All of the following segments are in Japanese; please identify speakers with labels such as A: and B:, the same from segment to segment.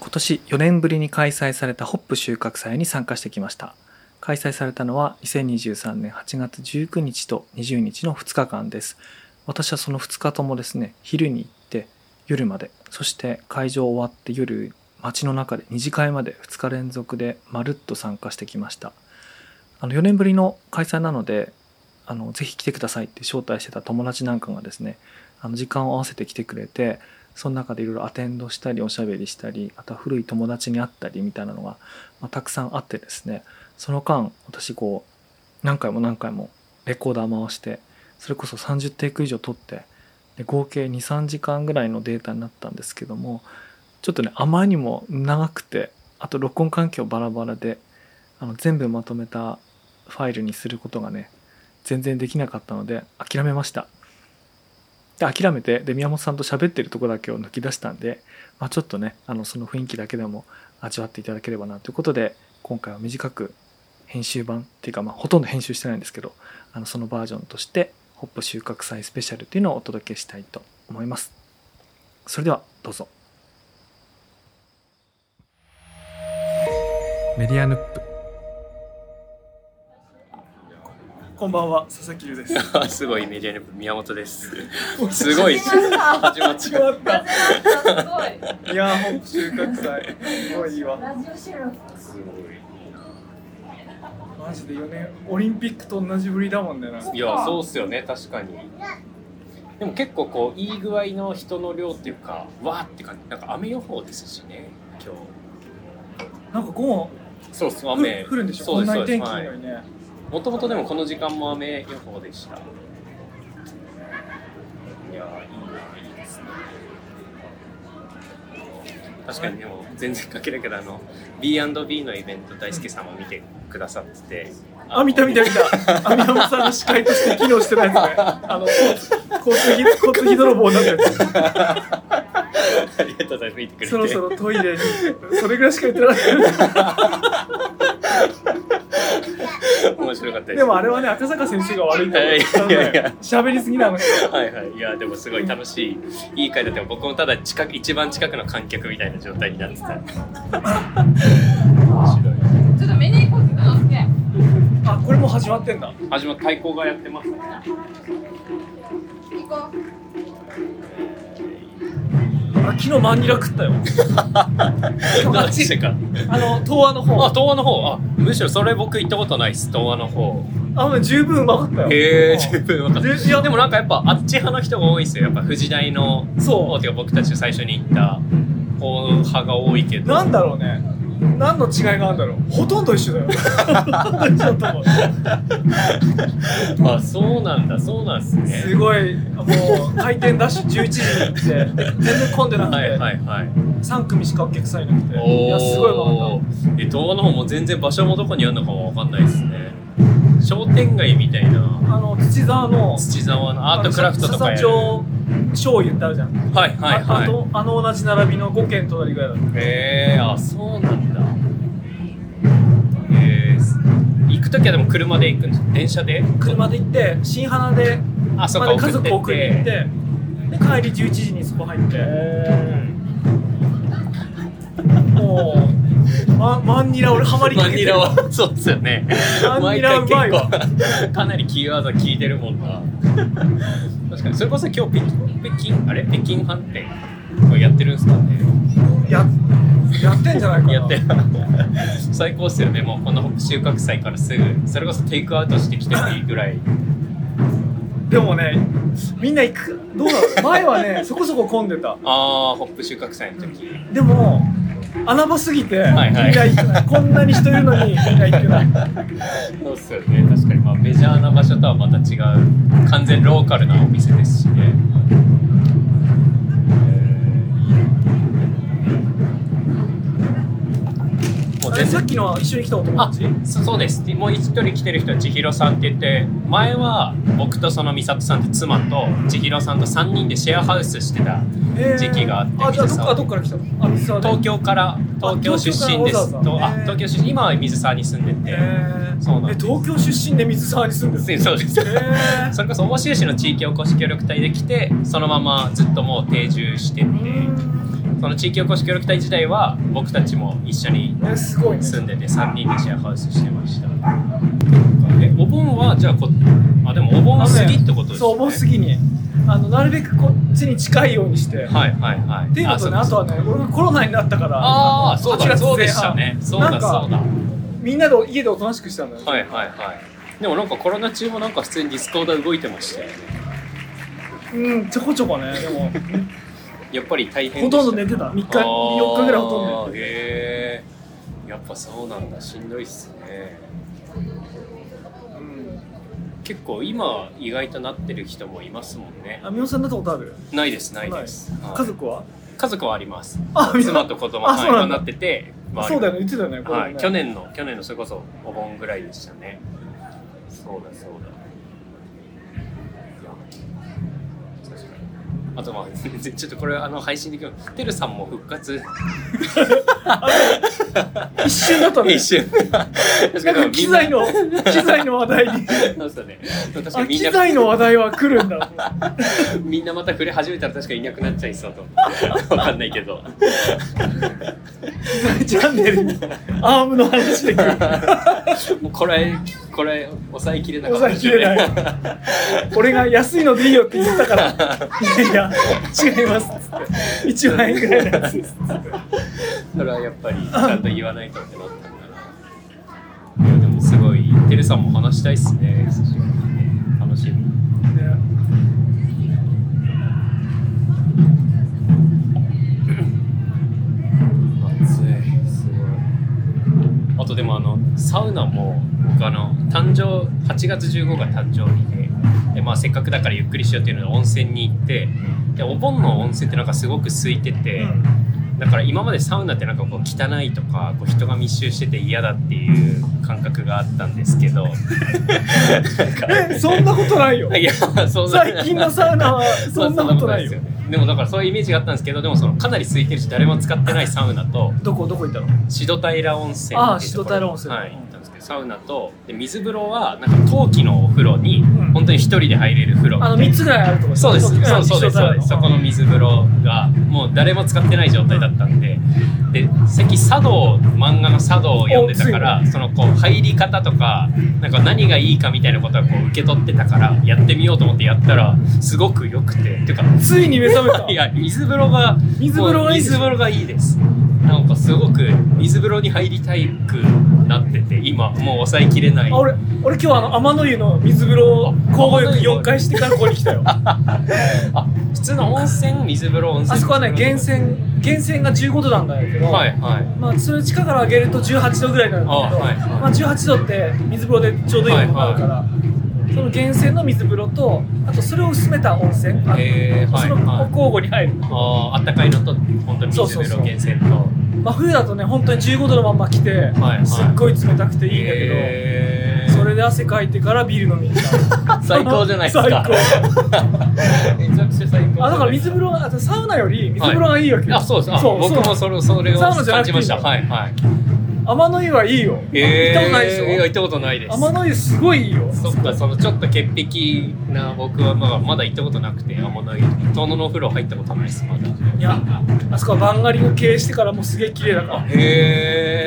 A: 今年4年ぶりに開催されたホップ収穫祭に参加してきました開催されたのは2023年8月19日と20日の2日間です私はその2日ともですね昼に行って夜までそして会場終わって夜街の中で2次会まで2日連続でまるっと参加してきましたあの4年ぶりの開催なのであのぜひ来てくださいって招待してた友達なんかがですねあの時間を合わせて来てくれてその中でいろいろアテンドしたりおしゃべりしたりあとは古い友達に会ったりみたいなのが、まあたくさんあってですねその間私こう何回も何回もレコーダー回してそれこそ30テイク以上撮ってで合計23時間ぐらいのデータになったんですけどもちょっとねあまりにも長くてあと録音環境バラバラであの全部まとめたファイルにすることがね全然できなかったので諦めましたで諦めてで宮本さんと喋ってるとこだけを抜き出したんで、まあ、ちょっとねあのその雰囲気だけでも味わっていただければなということで今回は短く編集版っていうか、まあ、ほとんど編集してないんですけどあのそのバージョンとしてホップ収穫祭スペシャルというのをお届けしたいと思いますそれではどうぞメディアヌップこんばんは佐々木優です
B: あ すごいメディアネーム宮本 です。すごい始まっ
A: 始
B: ちゃう。
A: まった
C: すごい。
A: いやーホップ収穫祭すごいいいわ
C: ラジオ収録。
B: す
A: マジで4年オリンピックと同じぶりだもんねな
B: ごい。いやそうっすよね確かに。でも結構こういい具合の人の量っていうかわーって感じなんか雨予報ですしね今日。
A: なんか午
B: そうそう
A: 後
B: 雨
A: 来るんでしょ
B: そ
A: こ
B: うんです
A: な
B: そ
A: に
B: うで
A: 天
B: す。
A: 気
B: は
A: い
B: いい
A: のにね
B: もともとでもこの時間も雨予報でした。いやーいいないいですね。確かにでも全然関係ないけどあの B&B のイベント大輔さんも見てくださってて。
A: あ見た見た見た網浜さんの司会として機能してないです ねあの交通費交通費泥棒になったや
B: ありがとうございます。見て
A: つ
B: くれて。
A: そろそろトイレにそれぐらいしか言ってなか っ
B: 面白かったで
A: た
B: す。
A: でもあれはね赤坂先生が悪いんだよ
B: いやいやいや
A: 喋りすぎなの
B: はいはい。いや、でもすごい楽しい、いい回だったよ。僕もただ近く、一番近くの観客みたいな状態になってた。 面白い。
C: ちょっと見に行こうってなって。
A: あこれもう始まってんだ
B: 始まった太鼓がやっ てますね。
C: 行こう。
A: あ昨日マンニラ食ったよ
B: どうでしたか
A: あの東亜の方
B: あ、東亜の方。あ、むしろそれ僕行ったことないです。東亜の方。
A: あのね十分うまかったよ
B: へえ、十分分かっ
A: でいや
B: た。でもなんかやっぱあっち派の人が多いですよ。やっぱ富士大の
A: そ
B: 方っていうか僕たちが最初に行った方派が多いけ
A: う
B: ど。
A: なんだろうね何の違いがあるんだろうほとんど一緒 だよほとんど一緒だと思う
B: あ、そうなんだ。そうなんですね。
A: すごいもう開店ダッシュ11時に行って全然混んでなくて、
B: はいはいはい。
A: 3組しかお客さんいなくていやすごいうまかっ
B: おーえ動画の方も全然場所もどこにあるのかもわかんないですね商店街みたいな
A: たあの土沢の
B: 土沢のアートクラフトとかやる
A: 笹
B: は
A: 町醤油ってあるじゃん、
B: いはい
A: あ
B: はい
A: とあの同じ並びの5軒隣ぐらいだった
B: へえー、あそうなんだえー、行く時はでも車で行くんです電車で
A: 車で行って新花で
B: あそ
A: ま
B: っ
A: で
B: か
A: 家族を送りに行ってで帰り11時にそこ入って
B: え
A: もう、ま、マンニラ俺ハマりか
B: マ
A: け
B: ン
A: て
B: ニ
A: る
B: ラはそうですよね
A: マンニラうまいわ
B: 毎回結構かなりキーワード効いてるもんな確かにそれこそ今日北北京あれ北京飯店これやってるんですかね
A: ややってんじゃないかな
B: やって 最高っすよねもうこの収穫祭からすぐそれこそテイクアウトしてきてもいいぐらい
A: でもねみんな行くどうなの前は ねそこそこ混んでた
B: ああホップ収穫祭の時
A: でも穴場すぎて、
B: はいは
A: み
B: い
A: んな行けないこんなに人いるのにみんな行けない
B: そうっすよね確かにまあメジャーな場所とはまた違う完全ローカルなお店ですしねもう
A: あれ
B: 全
A: さっ
B: 然
A: きの一緒に来たお友
B: あ
A: 達
B: そそうですもう一人来てる人は千尋さんって言って前は僕とその美里さんって妻と千尋さんと3人でシェアハウスしてた時期があって
A: あじゃあど
B: 店
A: っ
B: さん
A: かどっから来たのあ
D: そうね
B: 東京から東京出身です
D: 東京からわざわざ
B: とあ
D: へー
B: 東京出身今は水沢に住んでて、
D: えー
B: そうなん
D: え
B: です
D: 東京出身で水沢に住んでるんです
B: そうです
D: えー
B: それこそ奥州市の地域おこし協力隊で来てそのままずっともう定住しててその地域おこし協力隊時代は僕たちも一緒に
D: えすごいね
B: 住んでて3人でシェアハウスしてましたえお盆はじゃあこあでもお盆過ぎってことですね
D: そうお盆過ぎにあのなるべくこっちに近いようにして、
B: はいはいはい
D: っていうのとねあとはね俺がコロナになったから
B: ああそう
D: 8
B: だ
D: 月
B: そう
D: 前
B: でし
D: 半
B: たねそうだそうだ
D: みんなで家でおとなしくしたんだよ、
B: はいはいはいでもなんかコロナ中もなんか普通にディスコード動いてましたよね
D: うんちょこちょこね でも
B: やっぱり大変で
D: ほ
B: した
D: とんど寝てた3日4日ぐらいほとんど
B: あー
D: 寝て
B: へえやっぱそうなんだしんどいっすね
D: たうん
B: 結構今意外となってる人もいますもんね
D: あみおさんなったことある
B: ないですないです、はい
D: 家族は
B: 家族はあり ます
D: あみおさ
B: 妻
D: ん
B: と子供
D: あ
B: は
D: そ
B: い
D: うなんだ
B: 今なってて周り
D: そうだよね言ってたよねこれね、
B: はい、去年の去年のそれこそお盆ぐらいでしたねそうだそうだいや確かにあとまあ 全然ちょっとこれあの配信できるてるさんも復活
D: 一瞬だったね
B: 一 瞬確
D: なんか機材の機材の話題に
B: そうですよね確か
D: あ
B: にみん
D: 機
B: な
D: 材の話題は来るんだ
B: みんなまた触れ始めたら確かにいなくなっちゃいそうと 分かんないけど
D: 機材チャンネルにアームの話で来る
B: もうこれこれ抑えきれなかった
D: 抑えきれない俺が安いのでいいよって言ったからいやいや違いますっつって1万円ぐらいのやつです
B: それはやっぱりちゃんと言わないとってなったんだな。いやでもすごい、てるさんも話したいっすね。久しぶりにね楽しみ。暑い、すごい。あとでもあのサウナも僕あの誕生8月15が誕生日でで、まあ、せっかくだからゆっくりしようっていうので温泉に行ってでお盆の温泉ってなんかすごく空いてて、だから今までサウナってなんかこう汚いとかこう人が密集してて嫌だっていう感覚があったんですけどなん
D: えそんなことないよ
B: かいやそんな
D: 最近のサウナはそんなことな い
B: そんなことです
D: よ
B: よねでもだからそういうイメージがあったんですけどでもそのかなり空いてるし誰も使ってないサウナと
D: どこどこ行ったの
B: シドタイラ温泉
D: ああ
B: っていうところ
D: シドタイラ温泉
B: はい行ったんですけどサウナとで水風呂はなんか陶器のお風呂に
D: ん
B: 本当に一人で入れる風呂みた
D: あ
B: いな
D: の3つぐらいあるとこ
B: そうです、そうです、そうです、そうですそこの
D: 3
B: 水風呂がもう誰も使ってない状態だったんで、で、関茶道、漫画の茶道を読んでたから、そのこう入り方とか、なんか何がいいかみたいなことはこう受け取ってたから、やってみようと思ってやったら、すごく良くて、っていうか、
D: ついに目覚めた
B: いや、水風呂が、
D: 水風呂がいいでしょ
B: 水風呂がいいです。なんかすごく水風呂に入りたくなってて、今もう抑えきれない。
D: あ俺俺今日あの天の湯の水風呂を交互浴4回してからここに来たよあ
B: あ普通の温泉、水風呂、温泉。
D: そこはね源
B: 水風
D: 泉源泉が15度なんだけど、
B: 呂はい、はい。
D: まあ、それ地下から上げると18度ぐらいになるんだけど
B: あはいはい
D: まあ、18度って水風呂でちょうどいいのがあるから、その源泉の水風呂とあとそれを薄めた温泉あの
B: へーはい
D: その
B: はい
D: 交互に入る、
B: あーあったかいのと本当に水風呂源泉と
D: まあ、冬だとね本当に15度のまんま来て、
B: はいはい
D: すっごい冷たくていいんだけど、
B: へー
D: それで汗かいてからビール飲みに行っ た
B: 最高じゃないですか
D: 最高
B: めちゃくちゃ最高
D: あだから水風呂があサウナより水風呂がいいわけよ、
B: あそうですあ
D: そう
B: 僕もそれそれを
D: サウナじゃ
B: 感
D: なく
B: じ
D: ていい
B: ま
D: ん
B: し
D: だ
B: たはいはい
D: 天の湯はいいよ、行ったことないでしょ
B: えーや行ったことないです
D: 天の湯すごいいいよ
B: そっかそのちょっと潔癖な僕はまだまだ行ったことなくて天の湯遠野のお風呂入ったことないですまだ
D: いやあそこはバンガリの経営してからもうすげえ綺麗だから
B: へ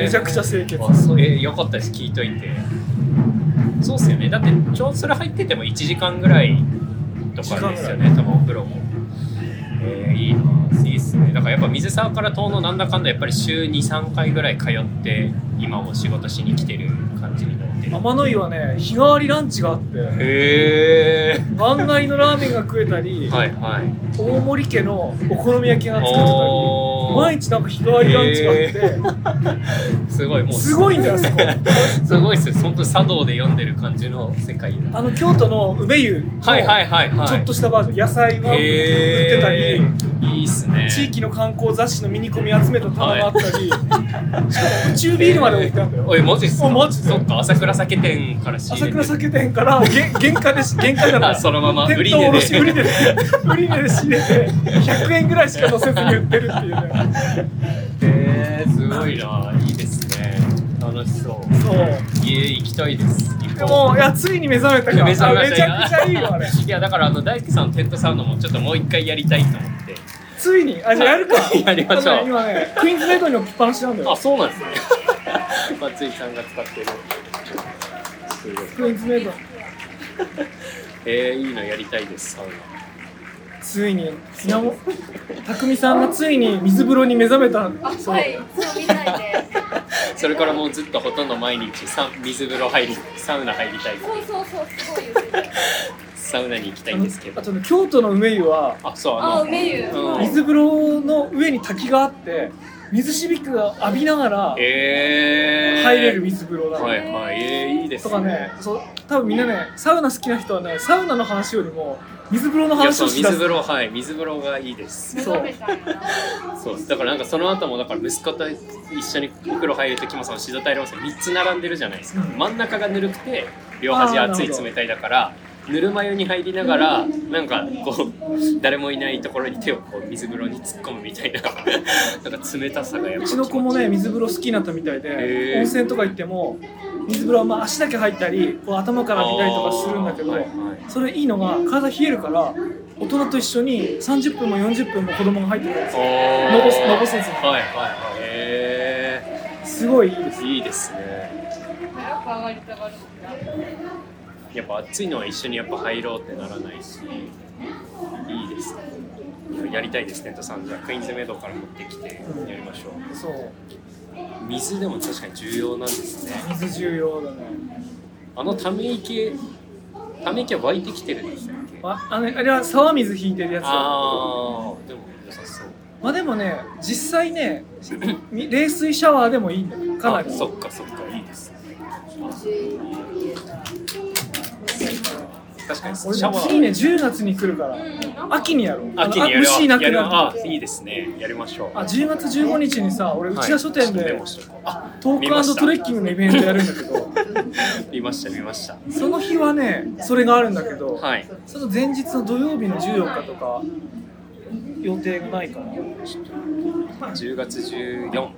B: え
D: めちゃくちゃ清潔
B: あそうえーよかったです聞いといてそうっすよねだってちょうどそれ入ってても1時間ぐらいとかですよね多分お風呂もえーいいないいっすねだからやっぱ水沢から遠野なんだかんだやっぱり週23回ぐらい通って今も仕事しに来てる感じになってる
D: 天の湯はね日替わりランチがあって
B: へえ
D: 番外のラーメンが食えたり、
B: はいはい
D: 大森家のお好み焼きが作ってたり
B: おー
D: 毎日なんか日替わりランチがあって、
B: すごいもう
D: すごいんだ よそこ
B: すごいっすよ本当に茶道で読んでる感じの世界だ
D: あの京都の梅湯の
B: はいはいはいはい
D: ちょっとしたバージョン野菜が売っ
B: へー
D: てたり
B: いいっすね
D: 地域の観光雑誌のミニコミ集めた棚があったり、しかも宇宙ビールまで置いてあったよ。
B: おいマジっすか
D: おマジで
B: そっか朝倉酒店から仕入
D: 朝
B: れて
D: 倉酒店からげ原価でし原価じゃな
B: あ
D: い。
B: そのまま売
D: 店
B: り
D: 頭
B: 値
D: 卸売り
B: で
D: で売り値で仕入れて100円ぐらいしか乗せずに売ってるっていうね。
B: えー、すごいないいですね楽しそう
D: そう。
B: 家行きたいです行
D: で
B: こう
D: もいやついに目覚めたから
B: 目覚 めま
D: あめ
B: し
D: ち
B: た
D: ゃくちゃいいよあれ
B: いやだからあの大輔さんのテントサウンドもちょっともう一回やりたいと思って
D: ついにあじゃあやるか
B: やりましょう
D: あのね今ねクイーンズベッドに置きっぱなしなんだ
B: あ
D: よ
B: そうなんですね松井さんが使ってるすごい
D: クイーンズベッド
B: えー、いいのやりたいですサウナ
D: ついに砂も匠さんがついに水風呂に目覚めた
C: あ、はい、そうみたいで。
B: それからもうずっとほとんど毎日さ水風呂入りサウナ入りたい
C: そうそうそう、すごいですね。
B: サウナに行きた
D: あ
B: いんですけ
D: のあ
B: ど
D: とね京都の梅湯は
B: あそう
C: あ、
B: あの
C: 梅湯。
B: うん
D: 水風呂の上に滝があって水しびきが浴びながら
B: えー、
D: 入れる水風呂なの、
B: はいはいえー、いいです
D: とかねそう多分みんなねサウナ好きな人はねサウナの話よりも水風呂の
B: いや
D: 話
B: そ
D: を
B: う
D: し
B: 水
D: だす
B: 風呂はい水風呂がいいです
C: 目覚めたんだな。
B: そうだからなんかその後もだから息子と一緒にお風呂入る時もそのシドタイル温泉3つ並んでるじゃないですか、
D: うん
B: 真ん中がぬるくて両端熱い
D: あーなるほど
B: 冷たいだからぬるま湯に入りながらなんかこう誰もいないところに手をこう水風呂に突っ込むみたいな なんか冷たさがやっ
D: う
B: ぱ
D: ちの子もね水風呂好きになったみたい
B: へ
D: で
B: ー
D: 温泉とか行っても水風呂はまあ足だけ入ったりこう頭から浴びたりとかするんだけど、
B: あーはいはい
D: それいいのが体冷えるから大人と一緒に30分も40分も子供が入ってくるんですよ
B: の
D: のぼすのぼせずに
B: はいはいはいへ
D: すごいいいです
B: ーいいですね
C: 早く上がりたがるんだ。
B: やっぱ暑いのは一緒にやっぱ入ろうってならないしいいですねやりたいですねとさんじゃあクイーンズメイドから持ってきてやりましょう
D: そう
B: 水でも確かに重要なんですね
D: 水重要だね
B: あのため池ため池は湧いてきてるんですよ
D: ああのあれは沢水引いてるやつ
B: ああでも良さそう
D: まあでもね実際ね み冷水シャワーでもいいんだよかなり
B: あそっかそっかいいですね確かにシ
D: 俺
B: ャ
D: ね
B: ワー
D: 次ね10月に来るから
C: うん、
D: 秋にやろう
B: 秋にや
D: あ
B: る
D: 虫いなく
B: やる
D: な
B: あ
D: る
B: いいですねやりましょう
D: あ10月15日にさ俺
B: はい
D: 内田書店
B: メ
D: で
B: モしとこうあ
D: ト
B: 見ま
D: ー
B: し
D: ク
B: た
D: トレッキングのイベントやるんだけど
B: 見ました見ました
D: その日はねそれがあるんだけど、
B: はい
D: その前日の土曜日の14日とか予定がないかな
B: 10月14
D: 10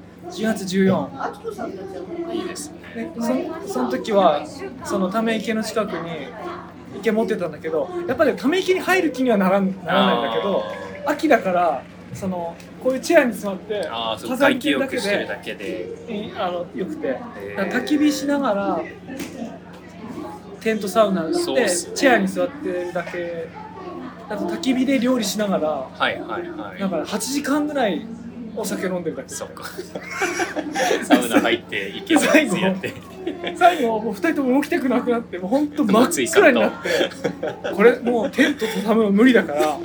D: 月14
B: いいですね
D: でそその時はそのため池の近くに池持ってたんだけどやっぱりため池に入る気にはならんならないんだけど秋だからそのこういうチェアに座って
B: あーあーそう
D: 飾
B: 外
D: り
B: 気
D: 系だ
B: 浴
D: け
B: してる
D: で
B: だけで
D: いあのよくて
B: ー
D: だから焚き火しながらテントサウナし
B: そう
D: て、
B: っすね
D: チェアに座ってるだけあと焚き火で料理しながら
B: はいはいは
D: だ
B: い
D: から8時間ぐらいお酒飲んでるだけ
B: そっかサウナ入っていけずやって
D: 最後もう2人とも動きたくなくなってもう本当 真っ暗になってこれもうテントと畳むの無理だから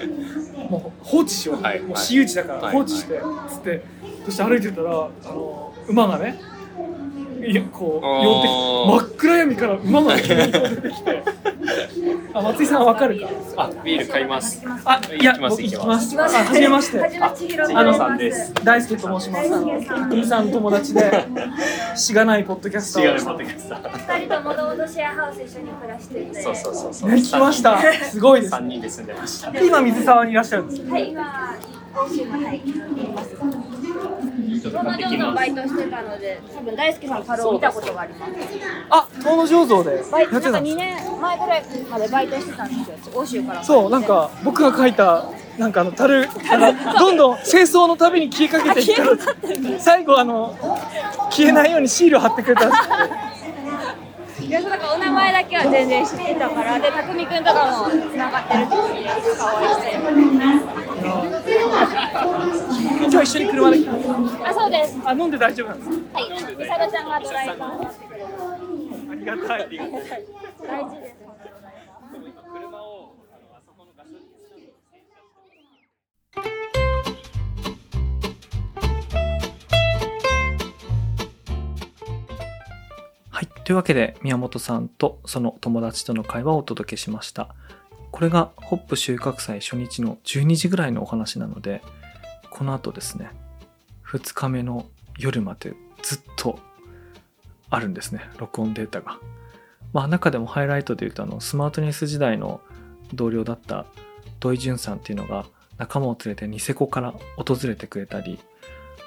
D: もう放置しよう、
B: はい
D: もう私有地だから
B: はい
D: 放置して、つってそして歩いてたらあの馬がねいやこう寄って
B: あー
D: きて真っ暗闇から馬が急に出てき てあ松井さんわかるか
B: あビール買います
D: あいや
B: 行きます
D: 僕行きます
E: は
D: あはじめまして
E: はじめまして、ひろみ
D: あの
B: さんです
D: 大輔と申しますあの国さんの友達 でしがないポッドキャスタ
B: 違う
D: ー
B: ね
D: を
B: 持ってくださ
E: 二人ともともとシェアハウス一緒に暮らして
B: い
E: て。
B: そうそうそうそう
D: ね来ました すごいですね
B: 三人で住んでました
D: 今水沢にいらっしゃるんです
E: はい、今、欧州のはい、います。
B: いいとこ
E: こ
B: 買
E: の
B: って
E: 量
B: き
E: の
B: ま
E: バイトしてたので、多分大好きさんの過労を見たことがあります。
D: あ、遠野醸造でや
E: バイ
D: っ
E: なん
D: て
E: か
D: たんで
E: 二
D: す
E: 年前ぐらいまでバイトしてたんですよ。欧州から。
D: そう、なんか僕が書いたなんかあの樽なんかどんどん戦争のたびに消えかけていっ
E: あ消えかか
D: た最後あの消えないようにシール貼ってくれたんです
E: いや、そうだからお名前だけは全然知ってたから、で、たくみくんとかも繋がってるし、かわいして。
D: 今日一緒に車で来た
E: あ、そうです。
D: あ、飲んで大丈夫なんですか
E: はい、みさだちゃんがドライバー。
D: ありがたい
E: 大事です。
A: はい。というわけで、宮本さんとその友達との会話をお届けしました。これがホップ収穫祭初日の12時ぐらいのお話なのでこの後ですね2日目の夜までずっとあるんですね録音データが。まあ、中でもハイライトで言うとあのスマートニュース時代の同僚だった土井淳さんっていうのが仲間を連れてニセコから訪れてくれたり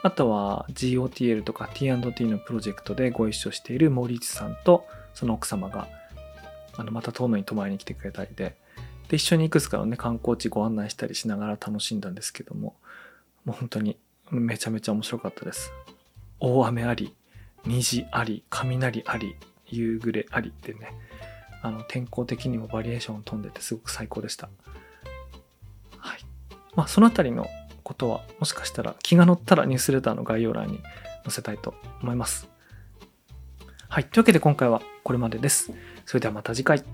A: あとは GOTL とか T&T のプロジェクトでご一緒している森内さんとその奥様があのまた遠野に泊まりに来てくれたりでで一緒にいくつかのね観光地ご案内したりしながら楽しんだんですけどももう本当にめちゃめちゃ面白かったです大雨あり虹あり雷あり夕暮れありってねあの天候的にもバリエーション飛んでてすごく最高でしたはいまあそのあたりのことはもしかしたら気が乗ったらニュースレターの概要欄に載せたいと思いますはいというわけで今回はこれまでですそれではまた次回